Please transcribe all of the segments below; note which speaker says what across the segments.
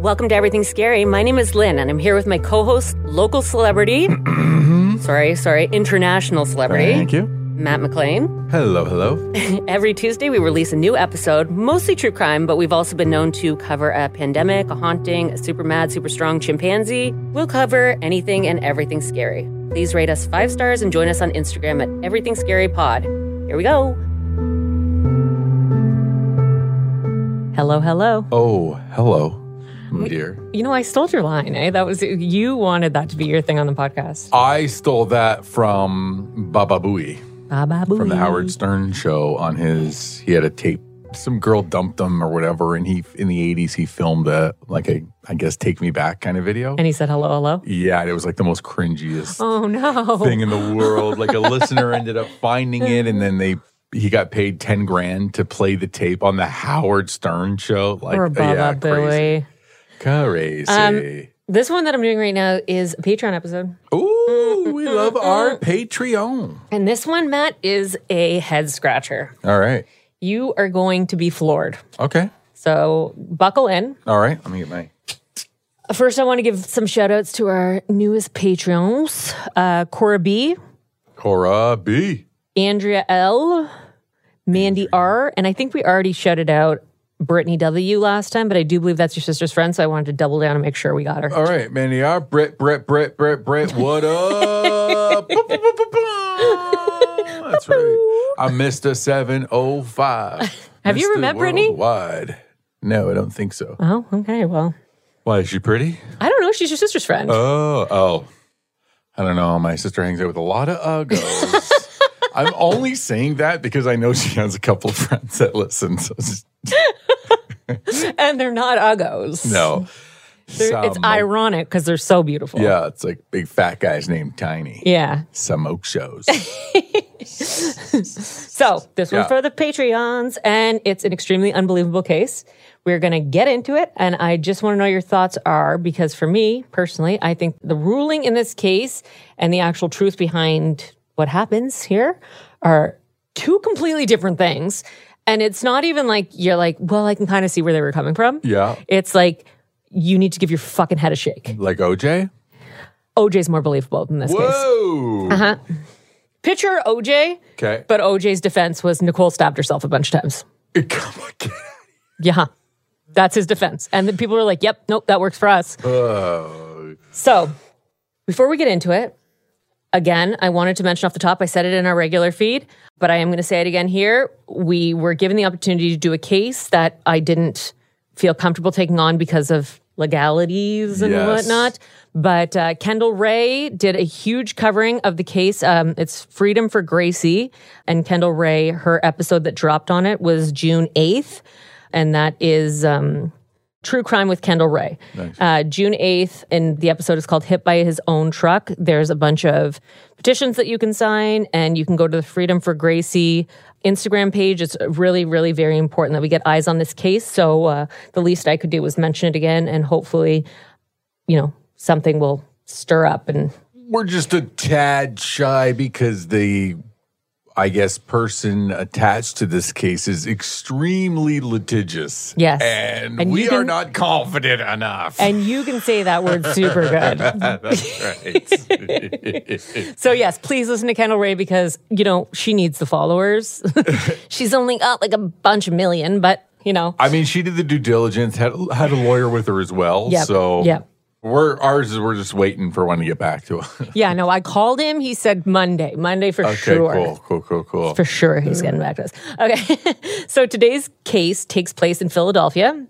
Speaker 1: Welcome to Everything Scary. My name is Lynn, and I'm here with my co host, local celebrity, sorry, sorry, international celebrity,
Speaker 2: Mm-hmm. Thank you.
Speaker 1: Matt McLean.
Speaker 2: Hello, hello.
Speaker 1: Every Tuesday, we release a new episode, mostly true crime, but we've also been known to cover a pandemic, a haunting, a super mad, super strong chimpanzee. We'll cover anything and everything scary. Please rate us five stars and join us on Instagram at Everything Scary Pod. Here we go. Hello, hello.
Speaker 2: Oh, hello, dear.
Speaker 3: You know, I stole your line, eh? That was you wanted that to be your thing on the podcast.
Speaker 2: I stole that from Baba Booey
Speaker 3: Baba
Speaker 2: from the
Speaker 3: booey.
Speaker 2: Howard Stern show on his. He had a tape. Some girl dumped him or whatever, and he in the '80s he filmed a like a I guess take me back kind of video.
Speaker 3: And he said, "Hello, hello."
Speaker 2: Yeah, and it was like the most cringiest
Speaker 3: Oh no!
Speaker 2: thing in the world. Like a listener ended up finding it, and then they he got paid ten grand to play the tape on the Howard Stern show. Like
Speaker 3: or Baba
Speaker 2: yeah, crazy,
Speaker 3: Booey.
Speaker 2: crazy.
Speaker 3: Um, This one that I'm doing right now is a Patreon episode,
Speaker 2: Ooh, we love our Patreon.
Speaker 3: and this one, Matt, is a head scratcher.
Speaker 2: All right.
Speaker 3: You are going to be floored,
Speaker 2: Okay.
Speaker 3: so buckle in.
Speaker 2: All right. Let me get my.
Speaker 3: First, I want to give some shout outs to our newest Patreons uh, Cora B,
Speaker 2: Cora B.
Speaker 3: Andrea L, Mandy R, and I think we already shouted out Brittany W last time, but I do believe that's your sister's friend, so I wanted to double down and make sure we got her.
Speaker 2: All right, Mandy R. Brett, Brett, Brett, Brett, Brett. What up? Boom, boom, boom, boom, boom. That's right. I missed a 705.
Speaker 3: Have you
Speaker 2: Mr.
Speaker 3: remembered, Brittany?
Speaker 2: Worldwide. No, I don't think so.
Speaker 3: Oh, okay. Well,
Speaker 2: Why is she pretty?
Speaker 3: I don't know. She's your sister's friend.
Speaker 2: Oh, oh. I don't know. My sister hangs out with a lot of uggos. I'm only saying that because I know she has a couple of friends that listen. So it's-
Speaker 3: and they're not uggos.
Speaker 2: no.
Speaker 3: They're- it's
Speaker 2: Some-
Speaker 3: ironic because they're so beautiful.
Speaker 2: Yeah, it's like big fat guys named Tiny.
Speaker 3: Yeah.
Speaker 2: Some oak shows.
Speaker 3: So this
Speaker 2: Yeah.
Speaker 3: one's for the Patreons, and it's an extremely unbelievable case. We're going to get into it, and I just want to know your thoughts are because for me personally, I think the ruling in this case and the actual truth behind what happens here are two completely different things. And it's not even like you're like, well, I can kind of see where they were coming from.
Speaker 2: yeah.
Speaker 3: It's like you need to give your fucking head a shake.
Speaker 2: Like OJ?
Speaker 3: OJ's more believable in this case.
Speaker 2: Whoa.
Speaker 3: Uh-huh. Picture OJ,
Speaker 2: Okay.
Speaker 3: but OJ's defense was Nicole stabbed herself a bunch of times.
Speaker 2: Come on, get-
Speaker 3: Yeah. That's his defense. And then people were like, yep, nope, that works for us. So before we get into it, again, I wanted to mention off the top, I said it in our regular feed, but I am going to say it again here. We were given the opportunity to do a case that I didn't feel comfortable taking on because of legalities and
Speaker 2: Yes.
Speaker 3: whatnot. But uh, Kendall Ray did a huge covering of the case. Um, it's Freedom for Gracie. And Kendall Ray, her episode that dropped on it was June 8th. And that is um, True Crime with Kendall Ray. Uh, June 8th, and the episode is called Hit by His Own Truck. There's a bunch of petitions that you can sign, and you can go to the Freedom for Gracie Instagram page. It's really, really very important that we get eyes on this case. So uh, the least I could do was mention it again, and hopefully, you know, something will stir up. And
Speaker 2: We're just a tad shy because the, I guess, person attached to this case is extremely litigious.
Speaker 3: Yes.
Speaker 2: And,
Speaker 3: And
Speaker 2: we
Speaker 3: you
Speaker 2: are
Speaker 3: can-
Speaker 2: not confident enough.
Speaker 3: and you can say that word super good.
Speaker 2: That's right.
Speaker 3: So yes, please listen to Kendall Ray because you know she needs the followers. She's only got like a bunch of million, but you know,
Speaker 2: I mean, she did the due diligence, had, had a lawyer with her as well.
Speaker 3: Yep,
Speaker 2: So
Speaker 3: yep.
Speaker 2: we're ours is we're just waiting for one to get back to us.
Speaker 3: yeah, no, I called him. He said Monday, Monday for
Speaker 2: Okay,
Speaker 3: sure.
Speaker 2: cool, cool, cool, cool.
Speaker 3: For sure, he's getting back to us. Okay, so today's case takes place in Philadelphia.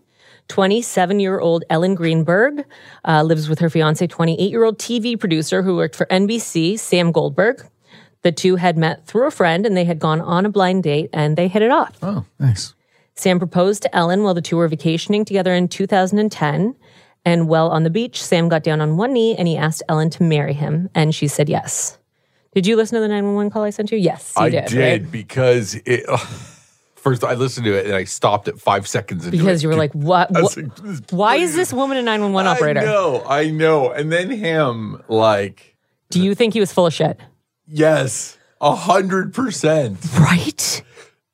Speaker 3: 27 year old Ellen Greenberg uh, lives with her fiance, 28 year old TV producer who worked for NBC, Sam Goldberg. The two had met through a friend and they had gone on a blind date and they hit it off.
Speaker 2: Oh, nice.
Speaker 3: Sam proposed to Ellen while the two were vacationing together in 2010. And while on the beach, Sam got down on one knee and he asked Ellen to marry him. And she said yes. Did you listen to the 911 call I sent you? Yes, you
Speaker 2: I
Speaker 3: did.
Speaker 2: did,
Speaker 3: right?
Speaker 2: because it. first, I listened to it and I stopped at five seconds. Into
Speaker 3: Because
Speaker 2: it.
Speaker 3: you were like, what?
Speaker 2: I
Speaker 3: what
Speaker 2: was like, this
Speaker 3: why is this woman a 911 operator?
Speaker 2: I know, I know. And then him, like,
Speaker 3: Do you think he was full of shit?
Speaker 2: yes, a hundred percent.
Speaker 3: Right?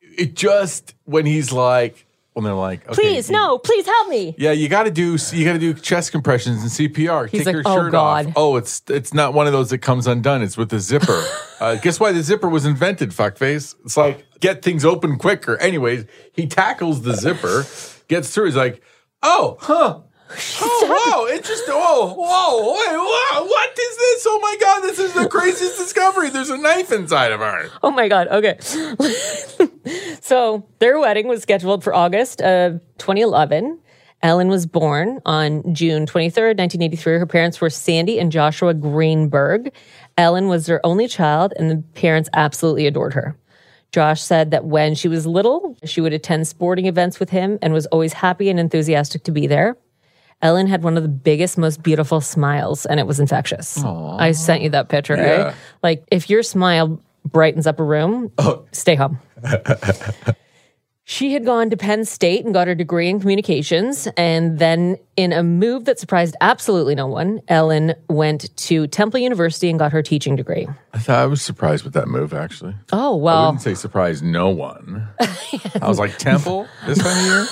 Speaker 2: It just when he's like, when they're like, okay,
Speaker 3: Please,
Speaker 2: you-
Speaker 3: no, please help me.
Speaker 2: Yeah, you got to do you got to do chest compressions and CPR. Take
Speaker 3: like,
Speaker 2: your
Speaker 3: "Oh,
Speaker 2: shirt
Speaker 3: God."
Speaker 2: off. Oh, it's it's not one of those that comes undone. It's with the zipper. uh, guess why the zipper was invented, fuckface? It's like get things open quicker. Anyways, he tackles the zipper, gets through. He's like, oh, huh. Oh, whoa, interesting. Whoa, whoa, wait, whoa, what is this? Oh my God, this is the craziest discovery. There's a knife inside of her.
Speaker 3: Oh my God. Okay. so their wedding was scheduled for August of 2011. Ellen was born on June 23rd, 1983. Her parents were Sandy and Joshua Greenberg. Ellen was their only child, and the parents absolutely adored her. Josh said that when she was little, she would attend sporting events with him and was always happy and enthusiastic to be there. Ellen had one of the biggest, most beautiful smiles, and it was infectious. I sent you that picture,
Speaker 2: Yeah.
Speaker 3: right? Like, if your smile brightens up a room,
Speaker 2: Oh.
Speaker 3: stay home. She had gone to Penn State and got her degree in communications. And then, in a move that surprised absolutely no one, Ellen went to Temple University and got her teaching degree.
Speaker 2: I thought I was surprised with that move, actually.
Speaker 3: Oh,
Speaker 2: I
Speaker 3: well,
Speaker 2: wouldn't say surprise no one. I was like, Temple this time of year?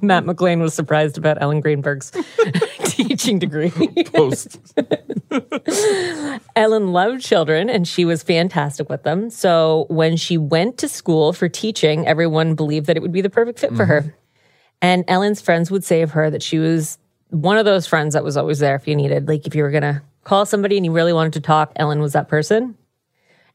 Speaker 3: Matt McLean was surprised about Ellen Greenberg's teaching degree.
Speaker 2: Post.
Speaker 3: Ellen loved children and she was fantastic with them. So when she went to school for teaching, everyone believed that it would be the perfect fit for her. And Ellen's friends would say of her that she was one of those friends that was always there if you needed. Like if you were going to call somebody and you really wanted to talk, Ellen was that person.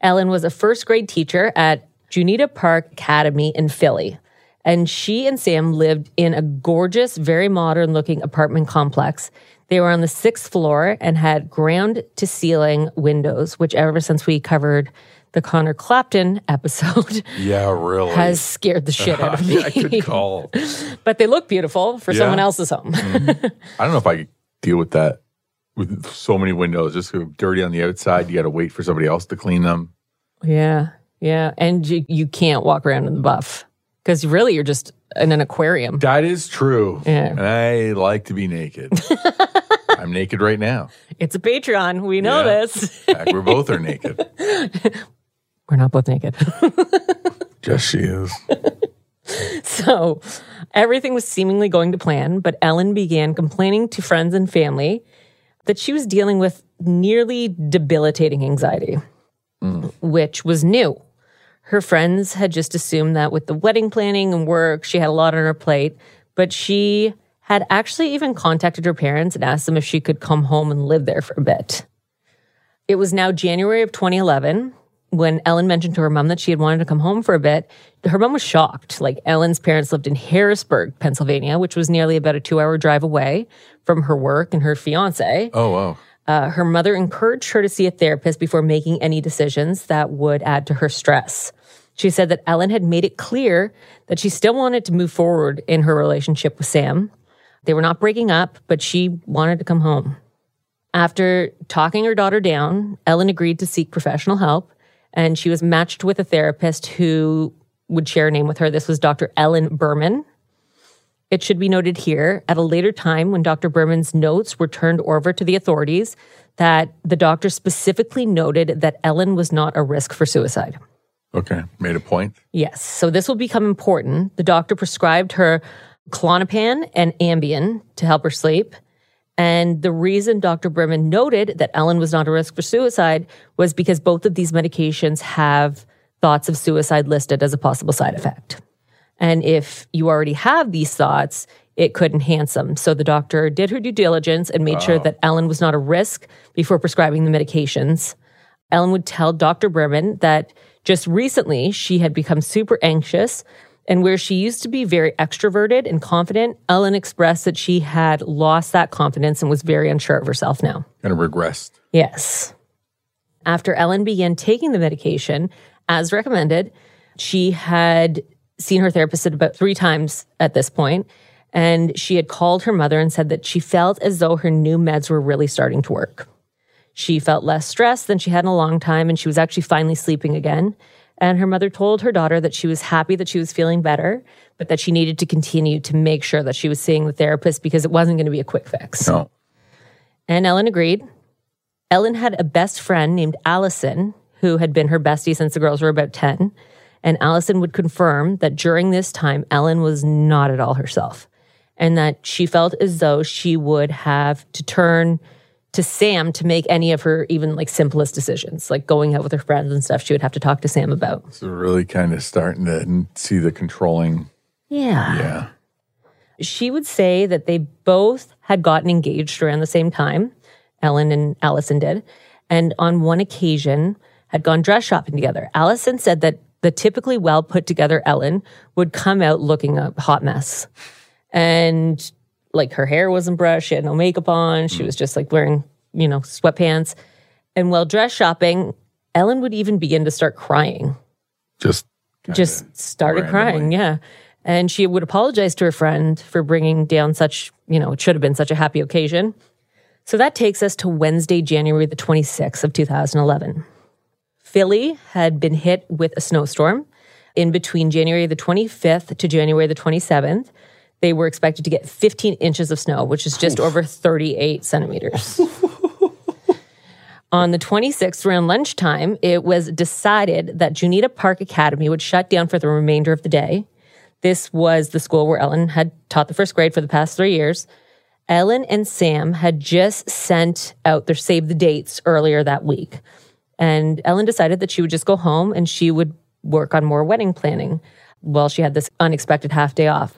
Speaker 3: Ellen was a first grade teacher at Junita Park Academy in Philly. And she and Sam lived in a gorgeous, very modern looking apartment complex. They were on the sixth floor and had ground to ceiling windows, which ever since we covered the Connor Clapton episode
Speaker 2: Yeah, really.
Speaker 3: has scared the shit out of me.
Speaker 2: I could call. I
Speaker 3: but they look beautiful for
Speaker 2: Yeah.
Speaker 3: someone else's home.
Speaker 2: don't know if I could deal with that with so many windows. Just so dirty on the outside. You got to wait for somebody else to clean them.
Speaker 3: yeah. Yeah. And you, you can't walk around in the buff because really you're just in an aquarium.
Speaker 2: That is true.
Speaker 3: Yeah.
Speaker 2: And I like to be naked. I'm naked right now.
Speaker 3: It's a Patreon. We know
Speaker 2: Yeah.
Speaker 3: this.
Speaker 2: In fact, we're both are naked.
Speaker 3: We're not both naked.
Speaker 2: Just she is.
Speaker 3: So everything was seemingly going to plan, but Ellen began complaining to friends and family that she was dealing with nearly debilitating anxiety, which was new. Her friends had just assumed that with the wedding planning and work, she had a lot on her plate, but she had actually even contacted her parents and asked them if she could come home and live there for a bit. It was now January of 2011 when Ellen mentioned to her mom that she had wanted to come home for a bit. Her mom was shocked. Like Ellen's parents lived in Harrisburg, Pennsylvania, which was nearly about a two hour drive away from her work and her fiance.
Speaker 2: Oh, wow.
Speaker 3: Uh, her mother encouraged her to see a therapist before making any decisions that would add to her stress. She said that Ellen had made it clear that she still wanted to move forward in her relationship with Sam. They were not breaking up, but she wanted to come home. After talking her daughter down, Ellen agreed to seek professional help, and she was matched with a therapist who would share a name with her. This was Dr. Ellen Berman. It should be noted here at a later time when Dr. Berman's notes were turned over to the authorities that the doctor specifically noted that Ellen was not a risk for suicide.
Speaker 2: Okay. Made a point.
Speaker 3: Yes, so this will become important. The doctor prescribed her clonopin and Ambien to help her sleep. And the reason Dr. Berman noted that Ellen was not a risk for suicide was because both of these medications have thoughts of suicide listed as a possible side effect. And if you already have these thoughts, it could enhance them. So the doctor did her due diligence and made sure that Ellen was not a risk before prescribing the medications. Ellen would tell Dr. Berman that just recently she had become super anxious. And where she used to be very extroverted and confident, Ellen expressed that she had lost that confidence and was very unsure of herself now.
Speaker 2: Kind of regressed.
Speaker 3: Yes. After Ellen began taking the medication, as recommended, she had seen her therapist at about three times at this point, and she had called her mother and said that she felt as though her new meds were really starting to work. She felt less stressed than she had in a long time, and she was actually finally sleeping again. And her mother told her daughter that she was happy that she was feeling better, but that she needed to continue to make sure that she was seeing the therapist because it wasn't going to be a quick fix.
Speaker 2: No.
Speaker 3: And Ellen agreed. Ellen had a best friend named Allison, who had been her bestie since the girls were about 10. And Allison would confirm that during this time, Ellen was not at all herself and that she felt as though she would have to turn to Sam to make any of her even like simplest decisions, like going out with her friends and stuff, she would have to talk to Sam about.
Speaker 2: So really kind of starting to see the controlling.
Speaker 3: Yeah.
Speaker 2: Yeah.
Speaker 3: She would say that they both had gotten engaged around the same time. Ellen and Allison did. And on one occasion, had gone dress shopping together. Allison said that the typically well put together Ellen would come out looking a hot mess. And like her hair wasn't brushed, she had no makeup on, she was just like wearing, you know, sweatpants. And while dress shopping, Ellen would even begin to start crying
Speaker 2: Just
Speaker 3: just started crying. Yeah. And she would apologize to her friend for bringing down such, you know, it should have been such a happy occasion. So that takes us to Wednesday, January the 26th of 2011. Philly had been hit with a snowstorm in between January the 25th to January the 27th. They were expected to get 15 inches of snow, which is just over 38 centimeters. On the 26th, around lunchtime, it was decided that Junita Park Academy would shut down for the remainder of the day. This was the school where Ellen had taught the first grade for the past three years. Ellen and Sam had just sent out their save the dates earlier that week. And Ellen decided that she would just go home and she would work on more wedding planning while she had this unexpected half day off.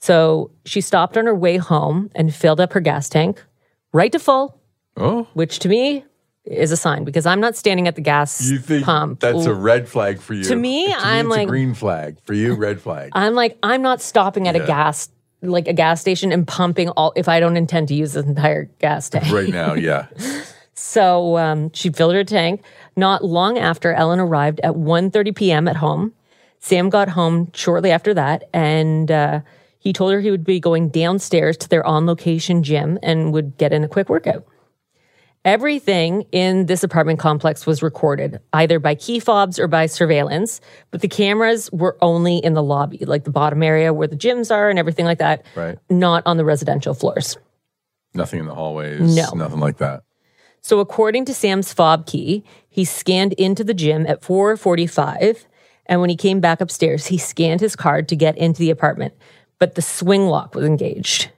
Speaker 3: So she stopped on her way home and filled up her gas tank right to full
Speaker 2: Oh,
Speaker 3: which to me is a sign because I'm not standing at the gas
Speaker 2: you think
Speaker 3: pump.
Speaker 2: that's a red flag for you?
Speaker 3: To me, I'm
Speaker 2: it's a
Speaker 3: like-
Speaker 2: green flag for you. Red flag.
Speaker 3: I'm like, I'm not stopping at a gas like a gas station and pumping all if I don't intend to use this entire gas tank.
Speaker 2: right now, yeah.
Speaker 3: So um, she filled her tank. Not long after, Ellen arrived at 1.30 p.m. at home. Sam got home shortly after that, and uh, he told her he would be going downstairs to their on-location gym and would get in a quick workout. Everything in this apartment complex was recorded, either by key fobs or by surveillance, but the cameras were only in the lobby, like the bottom area where the gyms are and everything like that,
Speaker 2: Right.
Speaker 3: not on the residential floors.
Speaker 2: Nothing in the hallways.
Speaker 3: No.
Speaker 2: Nothing like that.
Speaker 3: So according to Sam's fob key, he scanned into the gym at 4:45 and when he came back upstairs, he scanned his card to get into the apartment, but the swing lock was engaged.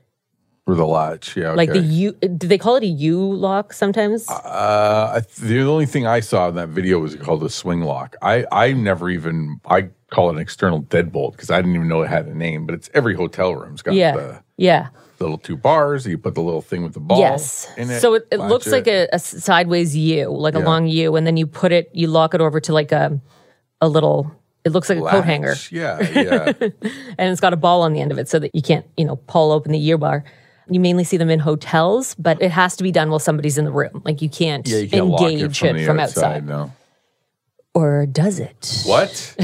Speaker 2: With a latch. Yeah.
Speaker 3: Like
Speaker 2: okay.
Speaker 3: the U do they call it a U lock sometimes?
Speaker 2: Uh, I th- the only thing I saw in that video was called a swing lock. I I never even I call it an external deadbolt because I didn't even know it had a name. But it's every hotel room's got
Speaker 3: yeah.
Speaker 2: the,
Speaker 3: yeah.
Speaker 2: the little two bars. You put the little thing with the ball.
Speaker 3: Yes.
Speaker 2: in it,
Speaker 3: so it, it
Speaker 2: latch
Speaker 3: looks like a, a sideways U, like a
Speaker 2: Yeah.
Speaker 3: long U, and then you put it, you lock it over to like a a little. It looks like a coat
Speaker 2: latch.
Speaker 3: hanger,
Speaker 2: Yeah, yeah.
Speaker 3: and it's got a ball on the end of it, so that you can't, you know, pull open the U bar. You mainly see them in hotels, but it has to be done while somebody's in the room. Like you can't,
Speaker 2: yeah you can't lock
Speaker 3: engage
Speaker 2: it from, the outside.
Speaker 3: outside.
Speaker 2: No.
Speaker 3: Or does it?
Speaker 2: What?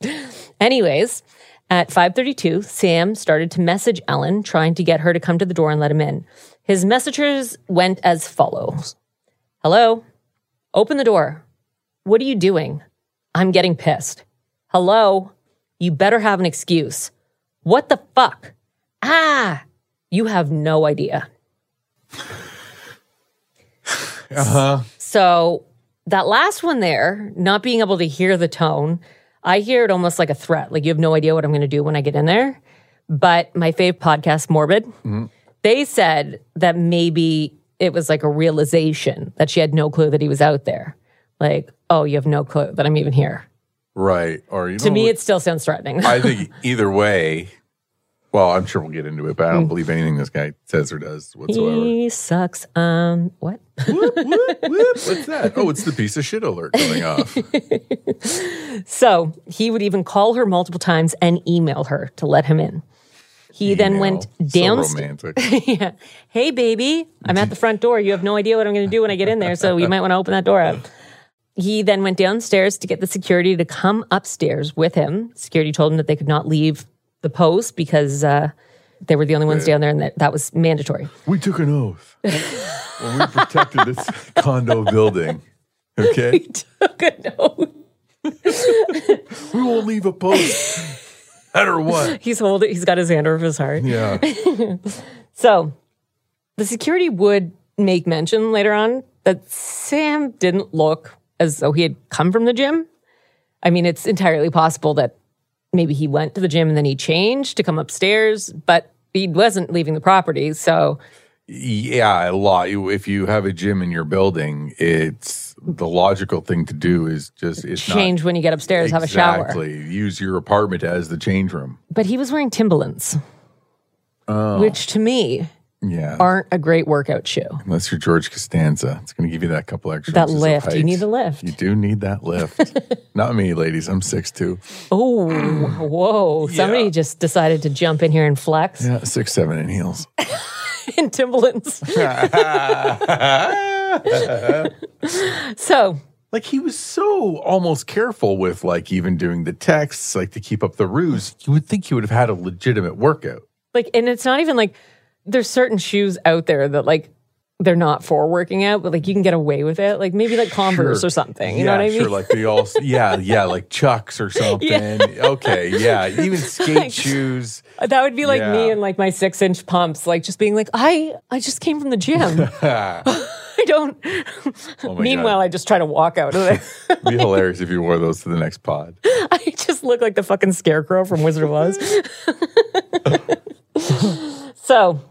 Speaker 3: Anyways, at 5:32, Sam started to message Ellen trying to get her to come to the door and let him in. His messages went as follows. Hello. Open the door. What are you doing? I'm getting pissed. Hello. You better have an excuse. What the fuck? Ah, you have no idea.
Speaker 2: Uh-huh.
Speaker 3: So that last one there, not being able to hear the tone, I hear it almost like a threat. Like you have no idea what I'm going to do when I get in there. But my fave podcast, Morbid,
Speaker 2: Mm-hmm.
Speaker 3: they said that maybe it was like a realization that she had no clue that he was out there. Like, oh, you have no clue that I'm even here.
Speaker 2: Right. Or you
Speaker 3: To me, it still sounds threatening.
Speaker 2: I think either way. Well, I'm sure we'll get into it, but I don't believe anything this guy says or does whatsoever.
Speaker 3: Hmm. he sucks. Um, what?
Speaker 2: Whoop, whoop, whoop. What's that? Oh, it's the piece of shit alert coming off.
Speaker 3: So he would even call her multiple times and email her to let him in. He then went
Speaker 2: down.
Speaker 3: downstairs.
Speaker 2: So romantic.
Speaker 3: yeah. Hey, baby, I'm at the front door. You have no idea what I'm going to do when I get in there, so you might want to open that door up. He then went downstairs to get the security to come upstairs with him. Security told him that they could not leave the post because uh, they were the only ones down there and that, that was mandatory.
Speaker 2: We took an oath when we protected this condo building. Okay,
Speaker 3: Good note.
Speaker 2: we won't leave a post, matter what.
Speaker 3: He's holding, he's got his hand over his heart.
Speaker 2: Yeah,
Speaker 3: So the security would make mention later on that Sam didn't look as though he had come from the gym. I mean, it's entirely possible that maybe he went to the gym and then he changed to come upstairs, but he wasn't leaving the property. So
Speaker 2: Yeah, a lot. You- If you have a gym in your building, it's the logical thing to do is just it's
Speaker 3: change when you get
Speaker 2: Not,
Speaker 3: upstairs, have a shower.
Speaker 2: exactly. Use your apartment as the change room.
Speaker 3: But he was wearing Timberlands,
Speaker 2: Oh.
Speaker 3: which to me
Speaker 2: Yeah,
Speaker 3: aren't a great workout shoe.
Speaker 2: unless you're George Costanza, it's going to give you that couple extra.
Speaker 3: That
Speaker 2: inches of
Speaker 3: lift. You
Speaker 2: height.
Speaker 3: need the lift.
Speaker 2: You do need that lift. Not me, ladies. I'm six two.
Speaker 3: Oh, whoa. Somebody just decided to jump in here and flex
Speaker 2: Yeah, six seven in heels.
Speaker 3: in Timberlands. so
Speaker 2: Like he was so almost careful with like even doing the texts, like to keep up the ruse. You would think he would have had a legitimate workout.
Speaker 3: like and it's not even like there's certain shoes out there that like they're not for working out but like you can get away with it like maybe like converse
Speaker 2: Sure.
Speaker 3: or something you
Speaker 2: yeah,
Speaker 3: know what i mean
Speaker 2: Sure, like the all yeah, yeah, like Chucks or something. Okay, yeah. Even skate shoes.
Speaker 3: that would be like me
Speaker 2: Yeah.
Speaker 3: and like my six inch pumps like just being like i i just came from the gym
Speaker 2: It'd
Speaker 3: i don't
Speaker 2: Oh my
Speaker 3: meanwhile
Speaker 2: God.
Speaker 3: i just try to walk out of there
Speaker 2: be hilarious if you wore those to the next pod.
Speaker 3: i just look like the fucking scarecrow from wizard of oz so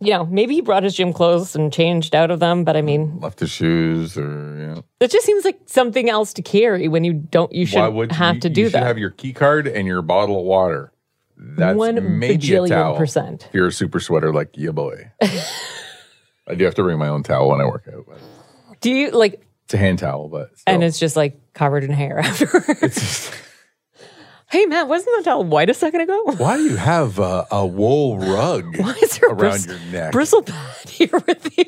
Speaker 3: you know maybe he brought his gym clothes and changed out of them but i mean
Speaker 2: Left the shoes or you know.
Speaker 3: That just seems like something else to carry when you don't. You
Speaker 2: Why
Speaker 3: should
Speaker 2: would
Speaker 3: have
Speaker 2: you,
Speaker 3: to
Speaker 2: you
Speaker 3: do
Speaker 2: should
Speaker 3: that.
Speaker 2: have your key card and your bottle of water. That's
Speaker 3: One
Speaker 2: maybe a
Speaker 3: bajillion
Speaker 2: towel.
Speaker 3: percent.
Speaker 2: If you're a super sweater like your boy. I do have to bring my own towel when I work out. But
Speaker 3: do you like?
Speaker 2: it's a hand towel, but still.
Speaker 3: And it's just like covered in hair afterwards. hey Matt, wasn't that towel white a second ago?
Speaker 2: why do you have a, a wool rug
Speaker 3: Why is there a
Speaker 2: around
Speaker 3: bris-
Speaker 2: your neck?
Speaker 3: bristle pad here with you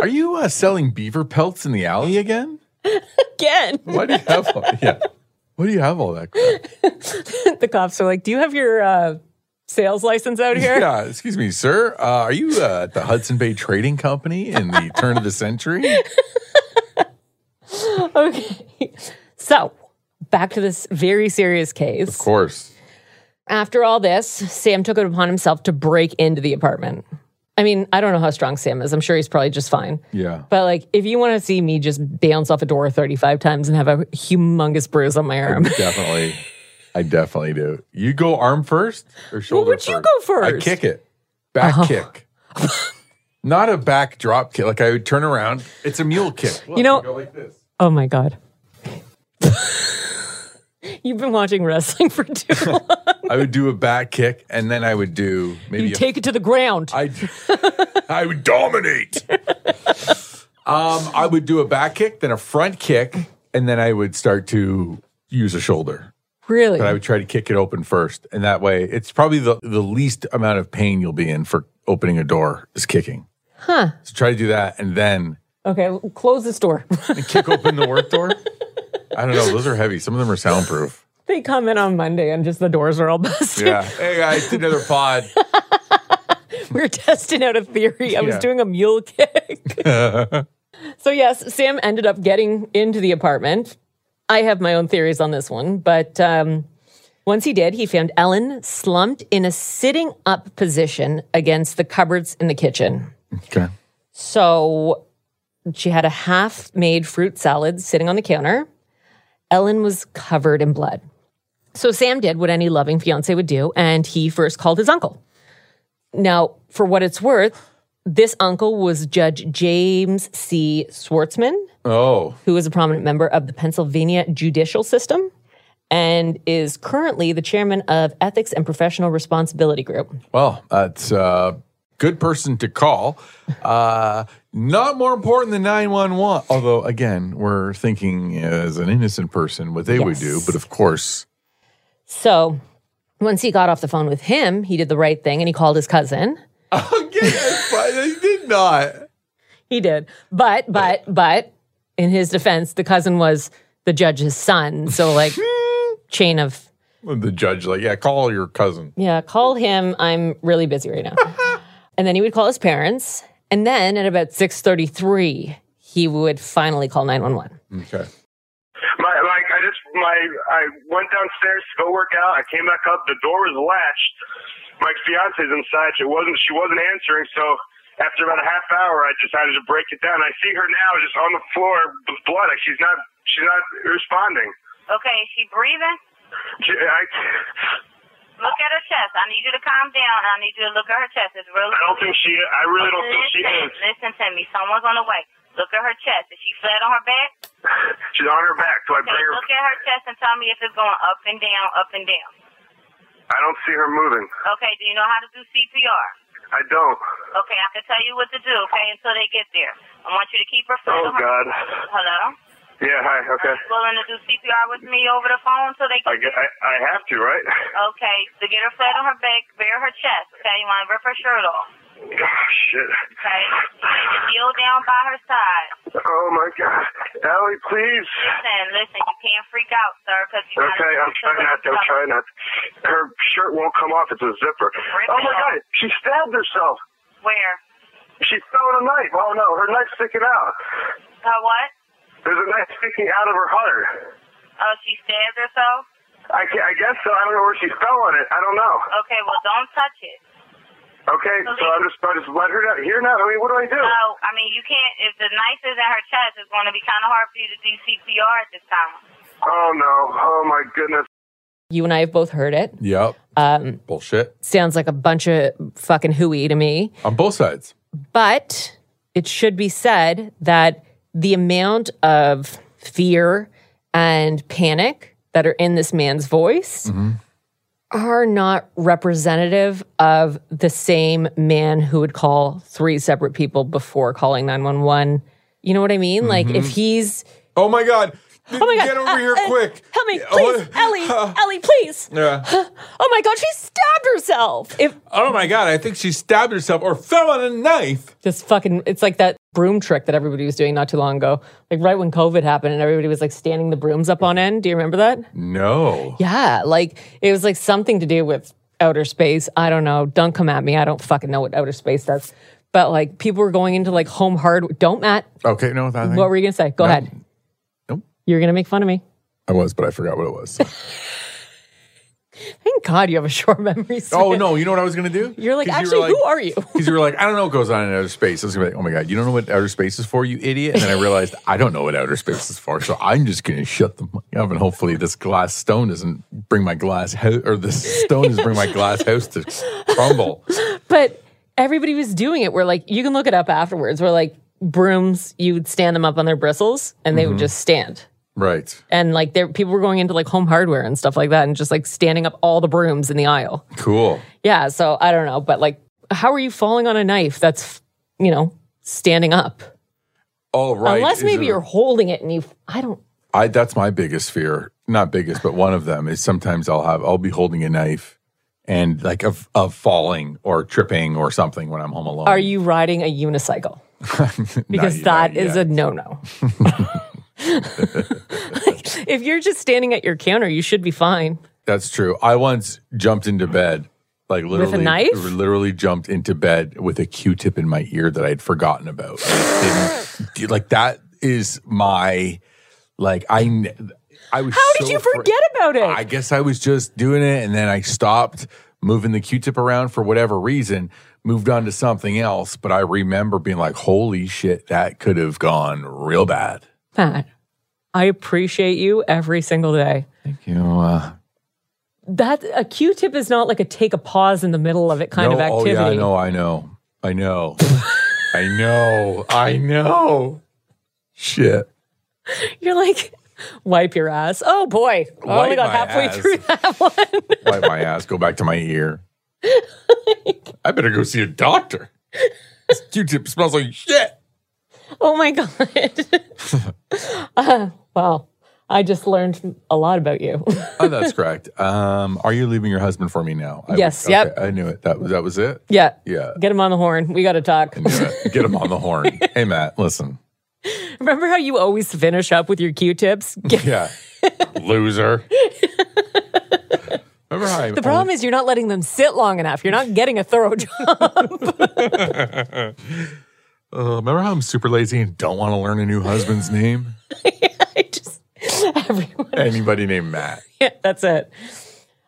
Speaker 2: Are you uh, selling beaver pelts in the alley again?
Speaker 3: again?
Speaker 2: Why do you have all, yeah? Why do you have all that? Crap?
Speaker 3: The cops are like, "Do you have your uh, sales license out here?"
Speaker 2: Yeah, excuse me, sir. Uh, are you uh, at the Hudson Bay Trading Company in the turn of the century?
Speaker 3: Okay. So back to this very serious case.
Speaker 2: Of course.
Speaker 3: After all this, Sam took it upon himself to break into the apartment. I mean, I don't know how strong Sam is. I'm sure he's probably just fine.
Speaker 2: Yeah.
Speaker 3: But like, if you want to see me just bounce off a door 35 times and have a humongous bruise on my arm,
Speaker 2: definitely. I definitely do. You go arm first or shoulder
Speaker 3: would
Speaker 2: first?
Speaker 3: you go
Speaker 2: I
Speaker 3: first? Uh-huh.
Speaker 2: kick it. Back kick. Not a back drop kick. Like I would turn around. It's a mule kick. Look,
Speaker 3: You know-
Speaker 2: go like this.
Speaker 3: oh my god, you've been watching wrestling for too long.
Speaker 2: I would do a back kick and then I would do maybe
Speaker 3: you
Speaker 2: a
Speaker 3: take it to the ground.
Speaker 2: I, I would dominate. um, I would do a back kick, then a front kick, and then I would start to use a shoulder.
Speaker 3: really?
Speaker 2: But I would try to kick it open first, and that way, it's probably the the least amount of pain you'll be in for opening a door is kicking. Huh. So try to do that, and then
Speaker 3: okay, l- close this door.
Speaker 2: and kick open the work door. I don't know; those are heavy. Some of them are soundproof.
Speaker 3: they come in on Monday and just the doors are all busted.
Speaker 2: Yeah. hey guys, it's another pod.
Speaker 3: We were testing out a theory. I was
Speaker 2: Yeah.
Speaker 3: doing a mule kick. so, yes, Sam ended up getting into the apartment. I have my own theories on this one, but um, once he did, he found Ellen slumped in a sitting up position against the cupboards in the kitchen.
Speaker 2: Okay.
Speaker 3: So, she had a half made fruit salad sitting on the counter. Ellen was covered in blood. So Sam did what any loving fiance would do, and he first called his uncle. Now, for what it's worth, this uncle was Judge James C. Schwartzman,
Speaker 2: Oh,
Speaker 3: who is a prominent member of the Pennsylvania judicial system and is currently the chairman of Ethics and Professional Responsibility Group.
Speaker 2: Well, that's a good person to call. Uh, not more important than 911. Although, again, we're thinking as an innocent person what they would do.
Speaker 3: Yes.
Speaker 2: But of course,
Speaker 3: So once he got off the phone with him, he did the right thing and he called his cousin.
Speaker 2: again, they did not.
Speaker 3: He did. But, but, but, in his defense, the cousin was the judge's son. So, like, chain of,
Speaker 2: The judge, like, yeah, call your cousin.
Speaker 3: yeah, call him. I'm really busy right now. and then he would call his parents. And then at about 6.33, he would finally call 911.
Speaker 2: Okay.
Speaker 4: My like I just my I went downstairs to go work out. I came back up. The door was latched. My fiance's inside. She wasn't. She wasn't answering. So after about a half hour, I decided to break it down. I see her now, just on the floor with blood. Like she's not. She's not responding.
Speaker 5: Okay, is she breathing?
Speaker 4: J- I,
Speaker 5: Look at her chest. I need you to calm down. I need you to look at her chest. It's really.
Speaker 4: I don't think she. I really don't think she
Speaker 5: Listen,
Speaker 4: is.
Speaker 5: listen to me. Someone's on the way. Look at her chest. Is she flat on her back?
Speaker 4: She's on her back. Do I
Speaker 5: Okay,
Speaker 4: bring her?
Speaker 5: look at her chest and tell me if it's going up and down, up and down.
Speaker 4: I don't see her moving.
Speaker 5: Okay, do you know how to do CPR?
Speaker 4: I don't.
Speaker 5: Okay, I can tell you what to do, okay, until they get there. I want you to keep her foot
Speaker 4: Oh
Speaker 5: on her.
Speaker 4: God.
Speaker 5: Hello?
Speaker 4: Yeah. Hi. Okay.
Speaker 5: Are you willing to do CPR with me over the phone until they
Speaker 4: I,
Speaker 5: get
Speaker 4: gue- I, I have to, right?
Speaker 5: Okay, so get her flat on her back, bare her chest, okay? You want to rip her shirt off,
Speaker 4: Oh, shit.
Speaker 5: okay? You need to kneel down by her side.
Speaker 4: Oh my God. Allie, please.
Speaker 5: Listen, listen, you can't freak out, sir, because you're not-
Speaker 4: Okay, I'm trying not to. I'm trying not. to. Her shirt won't come off. It's a zipper. Oh my God. She stabbed herself.
Speaker 5: Where?
Speaker 4: She fell with a knife. Oh no, her knife's sticking out.
Speaker 5: Her what?
Speaker 4: There's a knife sticking out of her heart.
Speaker 5: Oh, she stabbed herself?
Speaker 4: I, ca I guess so. I don't know where she fell on it. I don't know.
Speaker 5: Okay, well, don't touch it.
Speaker 4: Okay, so I'm just, I just let her down here now. I mean, what do I do?
Speaker 5: No, I mean, you can't, if the knife is in her chest, it's going to be kind of hard for you to do CPR at this time.
Speaker 4: Oh no. Oh my goodness.
Speaker 3: You and I have both heard it.
Speaker 2: Yep.
Speaker 3: Um,
Speaker 2: Bullshit.
Speaker 3: sounds like a bunch of fucking hooey to me.
Speaker 2: On both sides.
Speaker 3: But it should be said that the amount of fear and panic that are in this man's voice are not representative of the same man who would call three separate people before calling 911. You know what I mean? Like if he's
Speaker 2: Oh my God.
Speaker 3: Mm-hmm. Oh my god.
Speaker 2: Get over
Speaker 3: Uh,
Speaker 2: here
Speaker 3: uh,
Speaker 2: quick.
Speaker 3: Help me,
Speaker 2: Yeah,
Speaker 3: please.
Speaker 2: what-
Speaker 3: Ellie, Ellie, please.
Speaker 2: Yeah.
Speaker 3: Oh my god, she stabbed herself. If
Speaker 2: Oh my God. I think she stabbed herself or fell on a knife.
Speaker 3: this fucking it's like that broom trick that everybody was doing not too long ago. Like right when COVID happened and everybody was like standing the brooms up on end. Do you remember that?
Speaker 2: Mm-hmm. No.
Speaker 3: Yeah, like it was like something to do with outer space. I don't know. Don't come at me. I don't fucking know what outer space does. But like people were going into like home hard. Don't Matt.
Speaker 2: Okay. No, that
Speaker 3: What were you gonna say? Go ahead.
Speaker 2: Nope.
Speaker 3: You're gonna make fun of me.
Speaker 2: I was, but I forgot what it was.
Speaker 3: Thank God you have a short memory.
Speaker 2: oh
Speaker 3: Smith.
Speaker 2: no. You know what I was going to do?
Speaker 3: You're like,
Speaker 2: 'Cause
Speaker 3: actually, who are you?
Speaker 2: Because you were like, I don't know what goes on in outer space. I was gonna be like, oh my god, you don't know what outer space is for, you idiot. And then I realized I don't know what outer space is for, so I'm just gonna shut the fuck up and hopefully this glass stone doesn't bring my glass house or this stone doesn't bring my glass house to crumble.
Speaker 3: but everybody was doing it. Where like you can look it up afterwards. Where like brooms, you would stand them up on their bristles, and they
Speaker 2: Mm-hmm.
Speaker 3: would just stand.
Speaker 2: Right.
Speaker 3: And like there, people were going into like home hardware and stuff like that, and just like standing up all the brooms in the aisle.
Speaker 2: Cool.
Speaker 3: Yeah. So I don't know, but like, how are you falling on a knife? That's you know standing up,
Speaker 2: All right.
Speaker 3: unless
Speaker 2: Is
Speaker 3: maybe
Speaker 2: it-
Speaker 3: you're holding it and you. I don't.
Speaker 2: I that's my biggest fear. Not biggest, but one of them is sometimes I'll have I'll be holding a knife and like of of falling or tripping or something when I'm home alone.
Speaker 3: Are you riding a unicycle? Because that is a no no. like, if you're just standing at your counter, you should be fine.
Speaker 2: That's true. I once jumped into bed, like literally,
Speaker 3: knife?
Speaker 2: literally jumped into bed with a Q-tip in my ear that I'd forgotten about. I just didn't- dude, like that is my, like I, n- I was.
Speaker 3: How did
Speaker 2: so
Speaker 3: you
Speaker 2: fr-
Speaker 3: forget about it?
Speaker 2: I guess I was just doing it, and then I stopped moving the Q-tip around for whatever reason. Moved on to something else, but I remember being like, "Holy shit, that could have gone real bad."
Speaker 3: Pat, I appreciate you every single day.
Speaker 2: Thank you. Uh,
Speaker 3: That a Q-tip is not like a take a pause in the middle of it kind of
Speaker 2: No,
Speaker 3: activity.
Speaker 2: Oh, yeah, I know, I know. I know. I know. I know. Shit.
Speaker 3: You're like, wipe your ass. Oh boy, I
Speaker 2: Wipe
Speaker 3: only got
Speaker 2: my
Speaker 3: halfway
Speaker 2: ass.
Speaker 3: through that one.
Speaker 2: Wipe my ass, go back to my ear. I better go see a doctor. This Q tip smells like shit.
Speaker 3: Oh my god. Uh, wow, I just learned a lot about you.
Speaker 2: Oh, that's correct. Um, are you leaving your husband for me now? I
Speaker 3: Yes,
Speaker 2: okay,
Speaker 3: yep.
Speaker 2: I knew it. That was that was it?
Speaker 3: yeah,
Speaker 2: Yeah.
Speaker 3: get him on the horn. We got to talk.
Speaker 2: I knew it. Get him on the horn. Hey Matt, listen.
Speaker 3: Remember how you always finish up with your Q-tips? Get-
Speaker 2: Yeah. Loser. Remember how I
Speaker 3: the problem is you're not letting them sit long enough. You're not getting a thorough job.
Speaker 2: uh, remember how I'm super lazy and don't want to learn a new husband's name?
Speaker 3: I just everyone.
Speaker 2: Anybody named Matt.
Speaker 3: Yeah, that's it.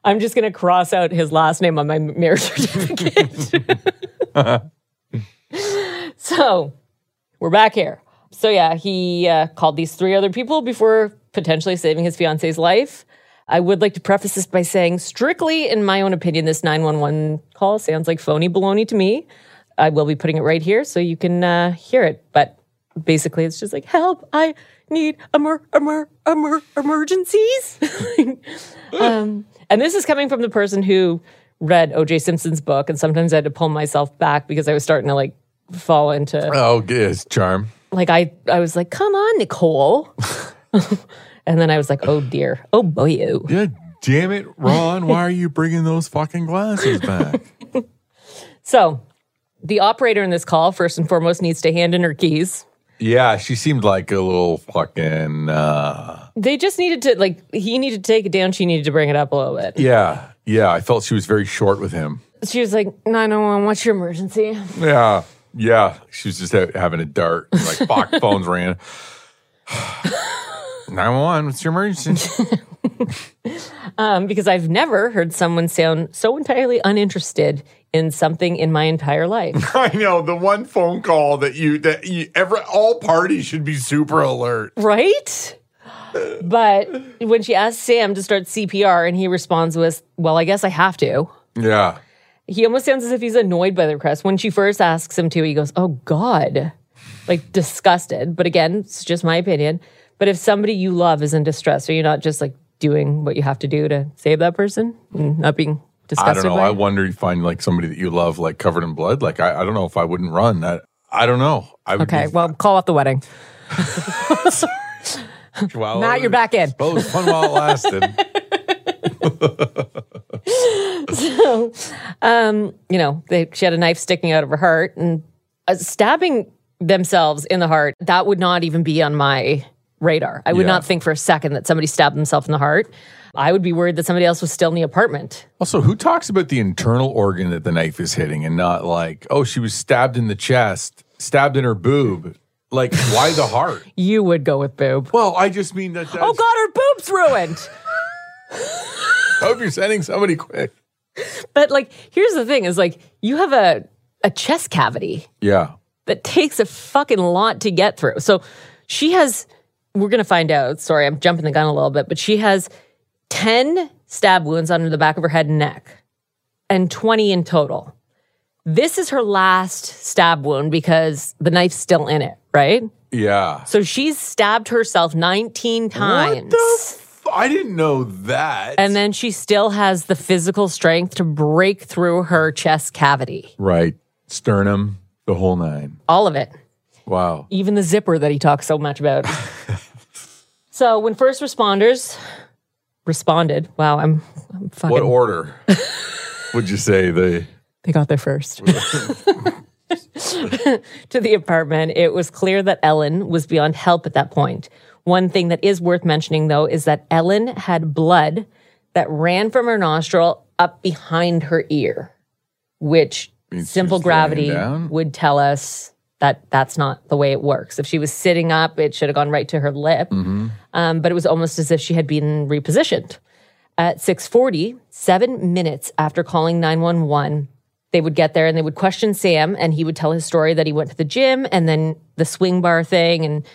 Speaker 3: I'm just gonna cross out his last name on my marriage certificate. so we're back here. So yeah, he uh, called these three other people before potentially saving his fiance's life. I would like to preface this by saying, strictly in my own opinion, this 911 call sounds like phony baloney to me. I will be putting it right here so you can uh, hear it. But basically, it's just like, help, I need emer- emer- emer- emergencies. um, and this is coming from the person who read OJ Simpson's book. And sometimes I had to pull myself back because I was starting to like fall into
Speaker 2: Oh, yes, charm.
Speaker 3: like I, I was like, come on, Nicole. and then I was like, oh dear. Oh boy. ew.
Speaker 2: Yeah, damn it, Ron. why are you bringing those fucking glasses back?
Speaker 3: So the operator in this call, first and foremost, needs to hand in her keys.
Speaker 2: yeah, she seemed like a little fucking. Uh,
Speaker 3: They just needed to, like, he needed to take it down. She needed to bring it up a little bit.
Speaker 2: yeah, yeah. I felt she was very short with him.
Speaker 3: She was like, 911, what's your emergency?
Speaker 2: Yeah, yeah. She was just ha- having a dart. Like, fuck, phones ran. 911, what's your emergency?
Speaker 3: Um, because I've never heard someone sound so entirely uninterested in something in my entire life.
Speaker 2: I know the one phone call that you that you, every all parties should be super alert.
Speaker 3: right? But when she asked Sam to start CPR and he responds with, well, I guess I have to.
Speaker 2: Yeah,
Speaker 3: he almost sounds as if he's annoyed by the request. When she first asks him to, he goes, Oh God, like disgusted. But again, it's just my opinion. But if somebody you love is in distress, are you not just like doing what you have to do to save that person and not being disgusted?
Speaker 2: I don't know.
Speaker 3: by
Speaker 2: I
Speaker 3: it?
Speaker 2: wonder if you find like somebody that you love like covered in blood. Like I, I don't know if I wouldn't run. I, I don't know. I would
Speaker 3: Okay,
Speaker 2: be-
Speaker 3: well, call off the wedding.
Speaker 2: Well,
Speaker 3: Matt, you're back in.
Speaker 2: Well, it was fun while it lasted.
Speaker 3: Um, You know, they, she had a knife sticking out of her heart and uh, stabbing themselves in the heart. That would not even be on my radar. I would
Speaker 2: Yeah.
Speaker 3: not think for a second that somebody stabbed themselves in the heart. I would be worried that somebody else was still in the apartment.
Speaker 2: also, who talks about the internal organ that the knife is hitting and not like, oh, she was stabbed in the chest, stabbed in her boob? Like, why the heart?
Speaker 3: You would go with boob.
Speaker 2: Well, I just mean that. That's,
Speaker 3: Oh God, her boob's ruined.
Speaker 2: I hope you're sending somebody quick.
Speaker 3: but like, here's the thing: is like you have a a chest cavity
Speaker 2: Yeah.
Speaker 3: that takes a fucking lot to get through. So she has. We're gonna find out. Sorry, I'm jumping the gun a little bit, but she has ten stab wounds under the back of her head and neck, and twenty in total. This is her last stab wound because the knife's still in it, right?
Speaker 2: Yeah.
Speaker 3: So she's stabbed herself 19 times.
Speaker 2: What the? F- I didn't know that.
Speaker 3: And then she still has the physical strength to break through her chest cavity.
Speaker 2: right. Sternum, the whole nine.
Speaker 3: All of it.
Speaker 2: Wow.
Speaker 3: Even the zipper that he talks so much about. so when first responders responded, wow, I'm, I'm fucking.
Speaker 2: What order would you say they?
Speaker 3: they got there first. to the apartment, it was clear that Ellen was beyond help at that point. One thing that is worth mentioning, though, is that Ellen had blood that ran from her nostril up behind her ear, which
Speaker 2: Means she
Speaker 3: simple
Speaker 2: was laying
Speaker 3: gravity
Speaker 2: down?
Speaker 3: would tell us that that's not the way it works. If she was sitting up, it should have gone right to her lip.
Speaker 2: Mm-hmm.
Speaker 3: Um, but it was almost as if she had been repositioned. At 6:40, seven minutes after calling 911, they would get there and they would question Sam, and he would tell his story that he went to the gym and then the swing bar thing, and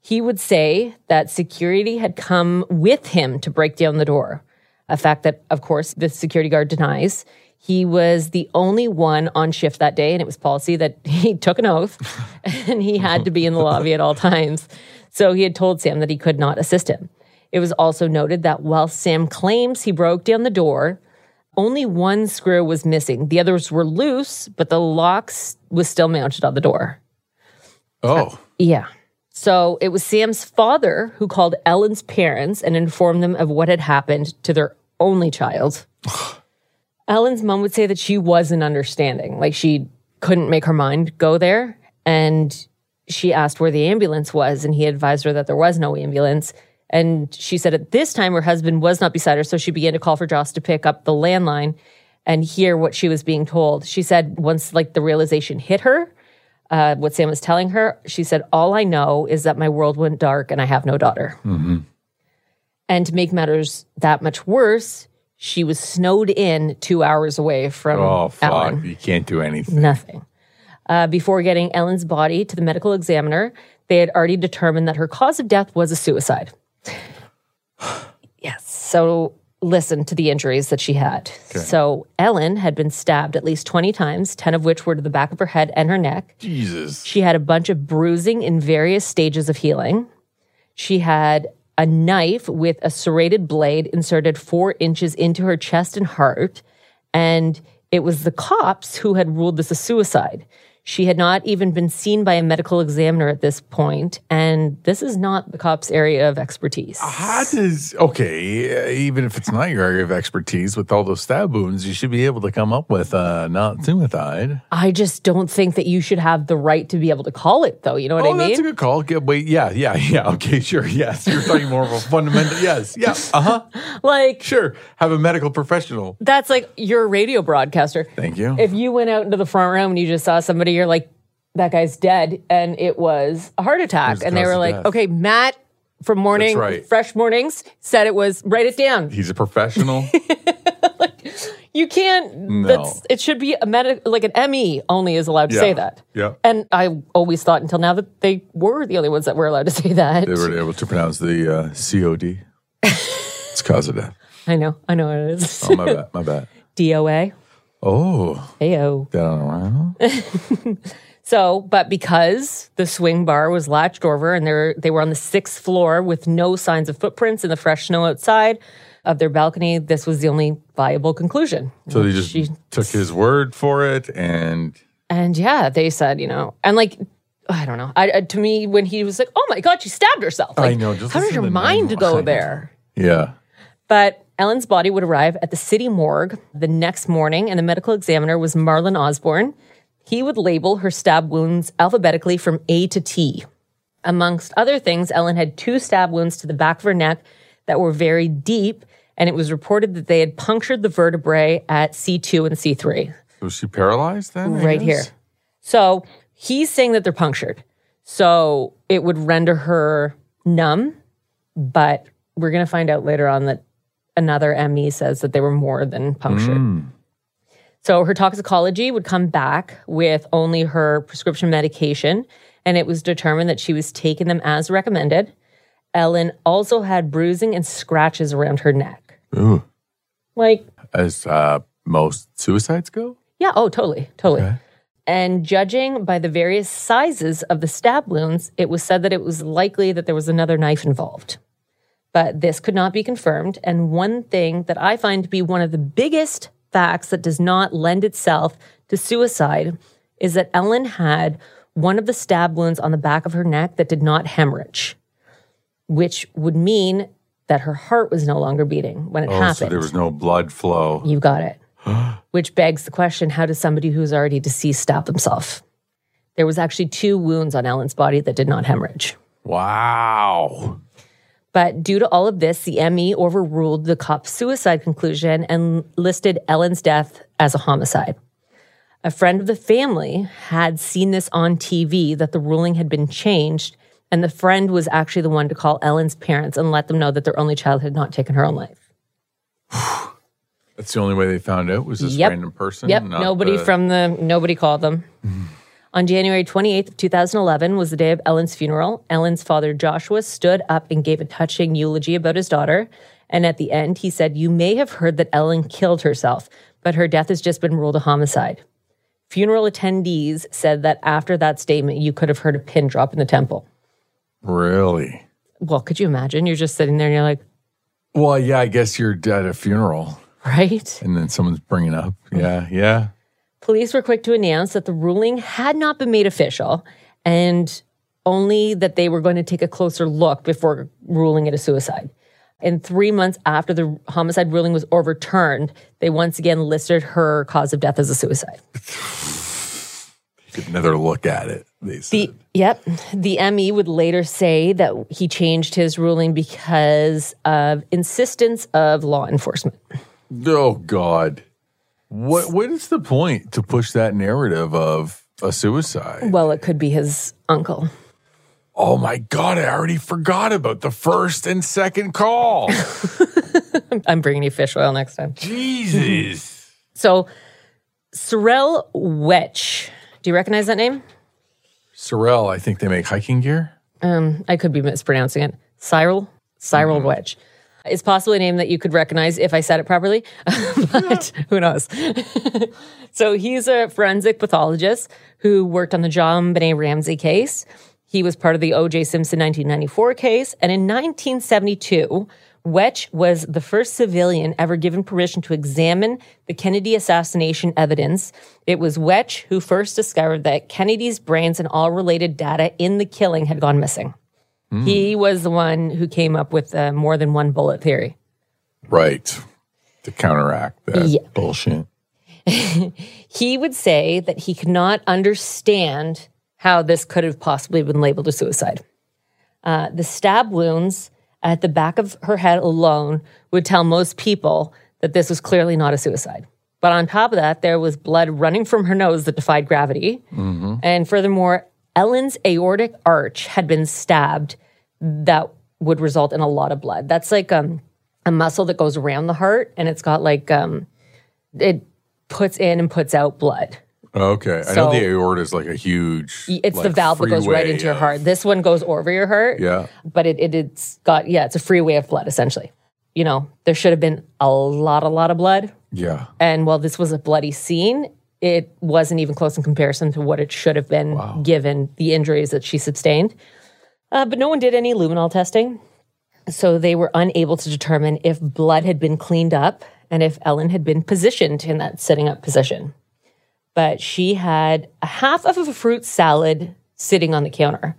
Speaker 3: he would say that security had come with him to break down the door. A fact that, of course, the security guard denies. He was the only one on shift that day, and it was policy that he took an oath and he had to be in the lobby at all times. So he had told Sam that he could not assist him. It was also noted that while Sam claims he broke down the door, only one screw was missing. The others were loose, but the lock s- was still mounted on the door.
Speaker 2: Oh,
Speaker 3: Yeah. So it was Sam's father who called Ellen's parents and informed them of what had happened to their only child. Ellen's mom would say that she wasn't understanding. Like she couldn't make her mind go there. And she asked where the ambulance was, and he advised her that there was no ambulance. And she said at this time her husband was not beside her, so she began to call for Joss to pick up the landline and hear what she was being told. She said once like the realization hit her, uh, what Sam was telling her, she said, All I know is that my world went dark and I have no daughter.
Speaker 2: Mm-hmm.
Speaker 3: And to make matters that much worse, she was snowed in two hours away from
Speaker 2: oh, fuck!
Speaker 3: Ellen.
Speaker 2: You can't do anything.
Speaker 3: Nothing. Uh, before getting Ellen's body to the medical examiner, they had already determined that her cause of death was a suicide. Yes. So listen to the injuries that she had. So Ellen had been stabbed at least 20 times, 10 of which were to the back of her head and her neck.
Speaker 2: Jesus.
Speaker 3: She had a bunch of bruising in various stages of healing. She had a knife with a serrated blade inserted four inches into her chest and heart. And it was the cops who had ruled this a suicide. She had not even been seen by a medical examiner at this point, and this is not the cops' area of expertise.
Speaker 2: How does okay? uh, Even if it's not your area of expertise, with all those stab wounds, you should be able to come up with uh, not suicide.
Speaker 3: I just don't think that you should have the right to be able to call it, though. You know what
Speaker 2: oh,
Speaker 3: I
Speaker 2: that's a
Speaker 3: mean?
Speaker 2: good call. Get, wait, yeah, yeah, yeah. Okay, sure. Yes, you're talking more of a fundamental. Yes, yeah. Uh
Speaker 3: Uh-huh.
Speaker 2: huh.
Speaker 3: like,
Speaker 2: Sure. Have a medical professional.
Speaker 3: that's like you're a radio broadcaster.
Speaker 2: Thank you.
Speaker 3: If you went out into the front room and you just saw somebody, you're like, that guy's dead, and it was a heart attack.
Speaker 2: was
Speaker 3: And they
Speaker 2: cause
Speaker 3: were
Speaker 2: of
Speaker 3: like,
Speaker 2: death.
Speaker 3: okay, Matt from morning,
Speaker 2: That's right.
Speaker 3: fresh mornings, said it was, write it down.
Speaker 2: He's a professional.
Speaker 3: You can't.
Speaker 2: No.
Speaker 3: That's it. Should be a medic, like an ME, only is allowed to
Speaker 2: Yeah.
Speaker 3: say that.
Speaker 2: Yeah.
Speaker 3: And I always thought until now that they were the only ones that were allowed to say that.
Speaker 2: they were able to pronounce the uh, COD. it's cause of death.
Speaker 3: I know. I know what it is.
Speaker 2: Oh, my bad. My bad.
Speaker 3: DOA.
Speaker 2: Oh,
Speaker 3: Ayo.
Speaker 2: that on around.
Speaker 3: So, but because the swing bar was latched over and they were, they were on the sixth floor with no signs of footprints in the fresh snow outside of their balcony, this was the only viable conclusion.
Speaker 2: So they just
Speaker 3: She-
Speaker 2: took his word for it, and
Speaker 3: And yeah, they said, you know, and like, I don't know. I, I- to me, when he was like, "Oh my God, she stabbed herself!"
Speaker 2: I
Speaker 3: Like,
Speaker 2: know, just
Speaker 3: how did
Speaker 2: listen
Speaker 3: your
Speaker 2: to the
Speaker 3: mind
Speaker 2: name. I
Speaker 3: go
Speaker 2: know.
Speaker 3: there?
Speaker 2: yeah,
Speaker 3: But Ellen's body would arrive at the city morgue the next morning, and the medical examiner was Marlon Osborne. He would label her stab wounds alphabetically from A to T. Amongst other things, Ellen had two stab wounds to the back of her neck that were very deep, and it was reported that they had punctured the vertebrae at C2 and C3
Speaker 2: was she paralyzed then? I
Speaker 3: right here.
Speaker 2: guess?
Speaker 3: So he's saying that they're punctured. So it would render her numb, but we're going to find out later on that another ME says that they were more than punctured. So her toxicology would come back with only her prescription medication, and it was determined that she was taking them as recommended. Ellen also had bruising and scratches around her neck.
Speaker 2: Ooh,
Speaker 3: Like,
Speaker 2: as uh, most suicides go.
Speaker 3: yeah, oh, totally, totally.
Speaker 2: Okay.
Speaker 3: And judging by the various sizes of the stab wounds, it was said that it was likely that there was another knife involved. But this could not be confirmed. And one thing that I find to be one of the biggest facts that does not lend itself to suicide is that Ellen had one of the stab wounds on the back of her neck that did not hemorrhage, which would mean that her heart was no longer beating when it
Speaker 2: Oh,
Speaker 3: happened.
Speaker 2: so there was no blood flow.
Speaker 3: You got it. Which begs the question how does somebody who's already deceased stab themselves? There was actually two wounds on Ellen's body that did not hemorrhage.
Speaker 2: Wow.
Speaker 3: But due to all of this, the ME overruled the cop's suicide conclusion and listed Ellen's death as a homicide. A friend of the family had seen this on TV that the ruling had been changed, and the friend was actually the one to call Ellen's parents and let them know that their only child had not taken her own life.
Speaker 2: That's the only way they found out was this
Speaker 3: Yep.
Speaker 2: random person.
Speaker 3: Yep.
Speaker 2: not
Speaker 3: Nobody
Speaker 2: the-
Speaker 3: from the nobody called them. On January 28th of 2011 was the day of Ellen's funeral. Ellen's father Joshua stood up and gave a touching eulogy about his daughter, and at the end he said, "You may have heard that Ellen killed herself, but her death has just been ruled a homicide." Funeral attendees said that after that statement you could have heard a pin drop in the temple.
Speaker 2: Really?
Speaker 3: Well, could you imagine? You're just sitting there and you're like,
Speaker 2: Well, yeah, I guess you're at a funeral
Speaker 3: "Right?"
Speaker 2: and then someone's bringing up. Yeah, yeah.
Speaker 3: Police were quick to announce that the ruling had not been made official and only that they were going to take a closer look before ruling it a suicide. And three months after the homicide ruling was overturned, they once again listed her cause of death as a suicide.
Speaker 2: Get another look at it. They
Speaker 3: The,
Speaker 2: said.
Speaker 3: yep. The ME would later say that he changed his ruling because of insistence of law enforcement.
Speaker 2: oh, God. What? What is the point to push that narrative of a suicide?
Speaker 3: Well, it could be his uncle.
Speaker 2: Oh my God, I already forgot about the first and second call.
Speaker 3: I'm bringing you fish oil next time.
Speaker 2: Jesus.
Speaker 3: So, Sorel Wetch. Do you recognize that name?
Speaker 2: Sorel, I think they make hiking gear.
Speaker 3: I could be mispronouncing it. Cyril, Cyril Wetch. It's possibly a name that you could recognize if I said it properly, but who knows? so he's a forensic pathologist who worked on the John Benet Ramsey case. He was part of the O.J. Simpson 1994 case. And in 1972, Wetch was the first civilian ever given permission to examine the Kennedy assassination evidence. It was Wetch who first discovered that Kennedy's brains and all related data in the killing had gone missing. He was the one who came up with the more than one bullet theory.
Speaker 2: Right. To counteract that
Speaker 3: Yeah.
Speaker 2: bullshit.
Speaker 3: He would say that he could not understand how this could have possibly been labeled a suicide. Uh, the stab wounds at the back of her head alone would tell most people that this was clearly not a suicide. But on top of that, there was blood running from her nose that defied gravity. And furthermore, Ellen's aortic arch had been stabbed. That would result in a lot of blood. That's like um, a muscle that goes around the heart and it's got like, um, it puts in and puts out blood.
Speaker 2: Okay. I
Speaker 3: So-
Speaker 2: know the aorta is like a huge.
Speaker 3: It's the
Speaker 2: like,
Speaker 3: valve that goes right
Speaker 2: freeway
Speaker 3: into your
Speaker 2: of-
Speaker 3: heart. This one goes over your heart.
Speaker 2: Yeah.
Speaker 3: But it, it, it's got, yeah, it's a freeway of blood essentially. You know, there should have been a lot, a lot of blood.
Speaker 2: Yeah.
Speaker 3: And while this was a bloody scene, it wasn't even close in comparison to what it should have been given the injuries that she sustained. Uh, but no one did any luminol testing. So they were unable to determine if blood had been cleaned up and if Ellen had been positioned in that sitting up position. But she had a half of a fruit salad sitting on the counter,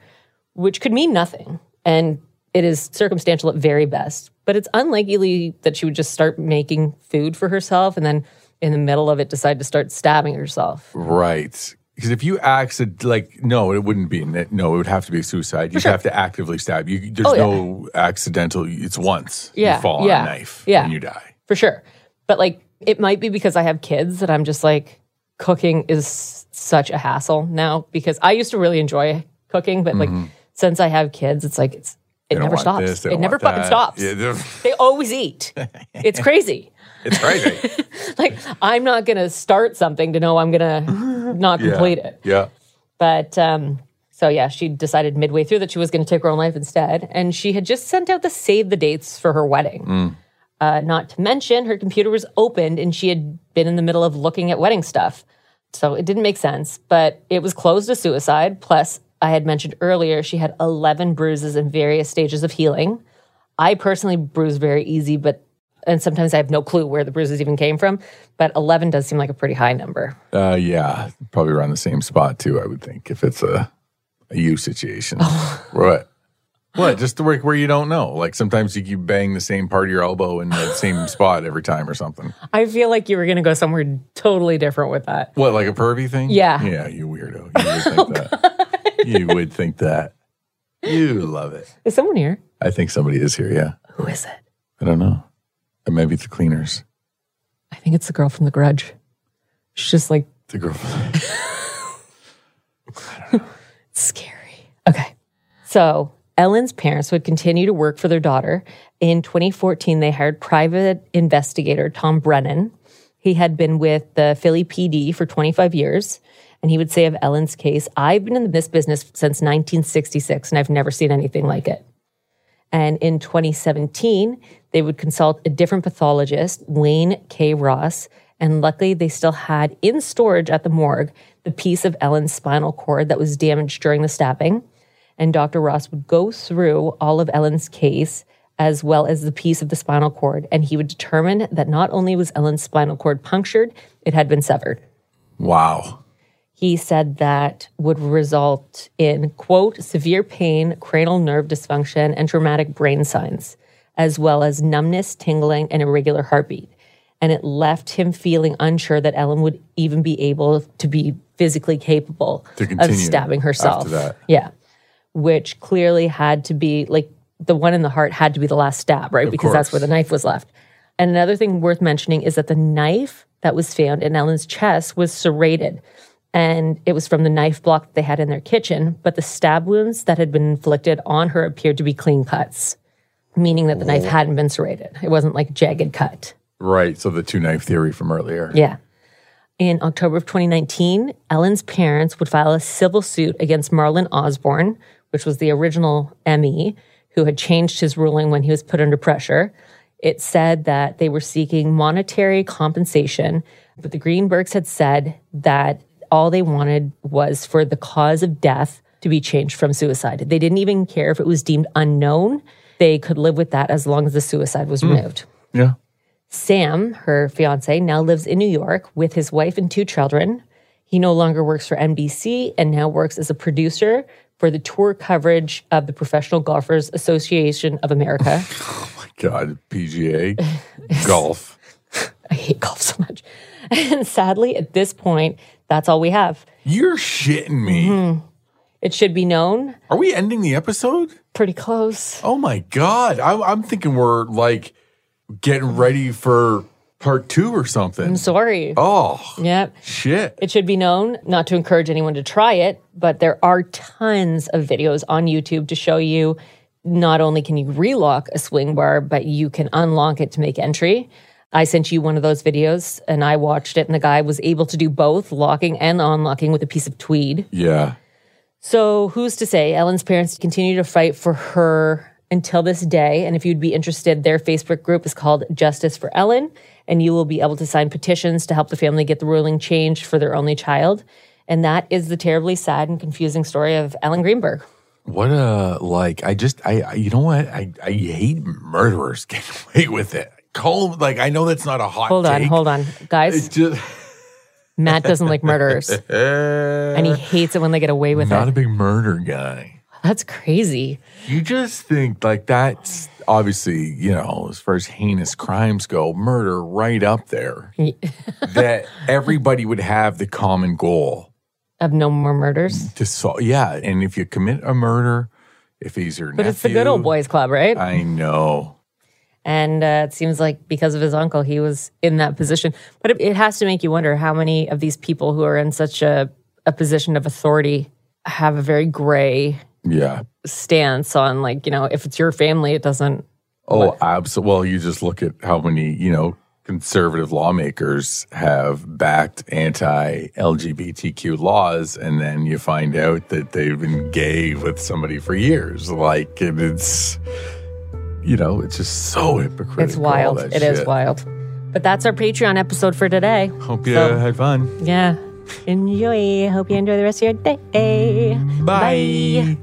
Speaker 3: which could mean nothing. And it is circumstantial at very best. But it's unlikely that she would just start making food for herself and then in the middle of it decide to start stabbing herself.
Speaker 2: Right. Because if you accident, like, no, it wouldn't be. n- No, it would have to be suicide. You have to actively stab. You, there's
Speaker 3: Oh, yeah.
Speaker 2: no accidental. It's once
Speaker 3: Yeah,
Speaker 2: you fall
Speaker 3: yeah,
Speaker 2: on a knife
Speaker 3: yeah.
Speaker 2: and you die.
Speaker 3: for sure. But like, it might be because I have kids that I'm just like, cooking is such a hassle now because I used to really enjoy cooking, but like, since I have kids, it's like, it's, it
Speaker 2: Mm-hmm. They don't
Speaker 3: never
Speaker 2: want
Speaker 3: stops.
Speaker 2: this, they
Speaker 3: it
Speaker 2: don't
Speaker 3: never
Speaker 2: want
Speaker 3: fucking
Speaker 2: that.
Speaker 3: stops.
Speaker 2: Yeah, they're-
Speaker 3: They always eat. It's crazy.
Speaker 2: it's crazy.
Speaker 3: Like, I'm not going to start something to know I'm going to not
Speaker 2: Yeah.
Speaker 3: complete it.
Speaker 2: Yeah.
Speaker 3: But um, so yeah, she decided midway through that she was going to take her own life instead, and she had just sent out the save the dates for her wedding. Uh, not to mention, her computer was opened, and she had been in the middle of looking at wedding stuff, so it didn't make sense. But it was closed to suicide. Plus, I had mentioned earlier she had eleven bruises in various stages of healing. I personally bruise very easy, but and sometimes I have no clue where the bruises even came from. But eleven does seem like a pretty high number.
Speaker 2: Uh, yeah. Probably around the same spot, too, I would think, if it's a, a you situation. Right. What? Just the work where you don't know. Like sometimes you, you bang the same part of your elbow in the same spot every time or something.
Speaker 3: I feel like you were going to go somewhere totally different with that.
Speaker 2: What, like a pervy thing?
Speaker 3: Yeah. Oh,
Speaker 2: Yeah, you weirdo. You would think that. You would think that. You love it.
Speaker 3: Is someone here?
Speaker 2: I think somebody is here, yeah.
Speaker 3: Who is it?
Speaker 2: I don't know. Or maybe it's the cleaners.
Speaker 3: I think it's the girl from The Grudge. She's just like
Speaker 2: The girl.
Speaker 3: scary. Okay. So Ellen's parents would continue to work for their daughter. In 2014, they hired private investigator Tom Brennan. He had been with the Philly PD for 25 years. And he would say of Ellen's case, I've been in this business since 1966 and I've never seen anything like it. And in 2017, they would consult a different pathologist, Wayne K. Ross. And luckily, they still had in storage at the morgue the piece of Ellen's spinal cord that was damaged during the stabbing. And Dr. Ross would go through all of Ellen's case as well as the piece of the spinal cord. And he would determine that not only was Ellen's spinal cord punctured, it had been severed
Speaker 2: wow.
Speaker 3: he said that would result in, quote, severe pain, cranial nerve dysfunction, and traumatic brain signs, as well as numbness, tingling, and irregular heartbeat. And it left him feeling unsure that Ellen would even be able to be physically capable
Speaker 2: To
Speaker 3: of
Speaker 2: continue
Speaker 3: stabbing herself.
Speaker 2: after that.
Speaker 3: Yeah. Which clearly had to be like the one in the heart had to be the last stab, right? because that's where
Speaker 2: course.
Speaker 3: the knife was left. And another thing worth mentioning is that the knife that was found in Ellen's chest was serrated and it was from the knife block they had in their kitchen, but the stab wounds that had been inflicted on her appeared to be clean cuts, meaning that the knife hadn't been serrated. It wasn't like jagged cut.
Speaker 2: Right. So the two knife theory from earlier.
Speaker 3: Yeah. In October of 2019, Ellen's parents would file a civil suit against Marlon E, Osborne, which was the original ME, who had changed his ruling when he was put under pressure. it said that they were seeking monetary compensation, but the Greenbergs had said that all they wanted was for the cause of death to be changed from suicide. They didn't even care if it was deemed unknown. They could live with that as long as the suicide was removed.
Speaker 2: Yeah.
Speaker 3: Sam, her fiance, now lives in New York with his wife and two children. He no longer works for NBC and now works as a producer for the tour coverage of the Professional Golfers Association of America.
Speaker 2: God, PGA, golf.
Speaker 3: I hate golf so much. And sadly, at this point, that's all we have.
Speaker 2: You're shitting me.
Speaker 3: Mm-hmm. It should be known
Speaker 2: Are we ending the episode?
Speaker 3: pretty close.
Speaker 2: Oh my God. I'm, I'm thinking we're like getting ready for part two or something.
Speaker 3: I'm sorry.
Speaker 2: Oh,
Speaker 3: Yep.
Speaker 2: shit.
Speaker 3: It should be known not to encourage anyone to try it, but there are tons of videos on YouTube to show you not only can you relock a swing bar, but you can unlock it to make entry. I sent you one of those videos and I watched it, and the guy was able to do both locking and unlocking with a piece of tweed.
Speaker 2: Yeah.
Speaker 3: So, who's to say? Ellen's parents continue to fight for her until this day. And if you'd be interested, their Facebook group is called Justice for Ellen, and you will be able to sign petitions to help the family get the ruling changed for their only child. And that is the terribly sad and confusing story of Ellen Greenberg.
Speaker 2: What a, like, I just, I, I you know what? I, I hate murderers getting away with it. Cold, like, I know that's not a hot
Speaker 3: Hold on,
Speaker 2: take.
Speaker 3: hold on. Guys,
Speaker 2: It's just
Speaker 3: Matt doesn't like murderers, and he hates it when they get away with
Speaker 2: not eh, a
Speaker 3: it.
Speaker 2: big murder guy.
Speaker 3: That's crazy.
Speaker 2: You just think like that's obviously, you know, as far as heinous crimes go, murder right up there. that everybody would have the common goal
Speaker 3: Of no more murders.
Speaker 2: to solve. Yeah, and if you commit a murder, if he's your
Speaker 3: But it's the good old boys club, right?
Speaker 2: I know.
Speaker 3: And uh, it seems like because of his uncle, he was in that position. But it, it has to make you wonder how many of these people who are in such a, a position of authority have a very gray
Speaker 2: Yeah.
Speaker 3: stance on, like, you know, if it's your family, it doesn't.
Speaker 2: Oh, absolutely. Well, you just look at how many, you know, conservative lawmakers have backed anti LGBTQ laws, and then you find out that they've been gay with somebody for years. Like, and it's, you know, it's just so hypocritical.
Speaker 3: It's wild.
Speaker 2: that
Speaker 3: It is
Speaker 2: shit.
Speaker 3: wild. But that's our Patreon episode for today.
Speaker 2: Hope you
Speaker 3: So-
Speaker 2: had fun.
Speaker 3: Yeah. Enjoy. Hope you enjoy the rest of your day.
Speaker 2: Bye.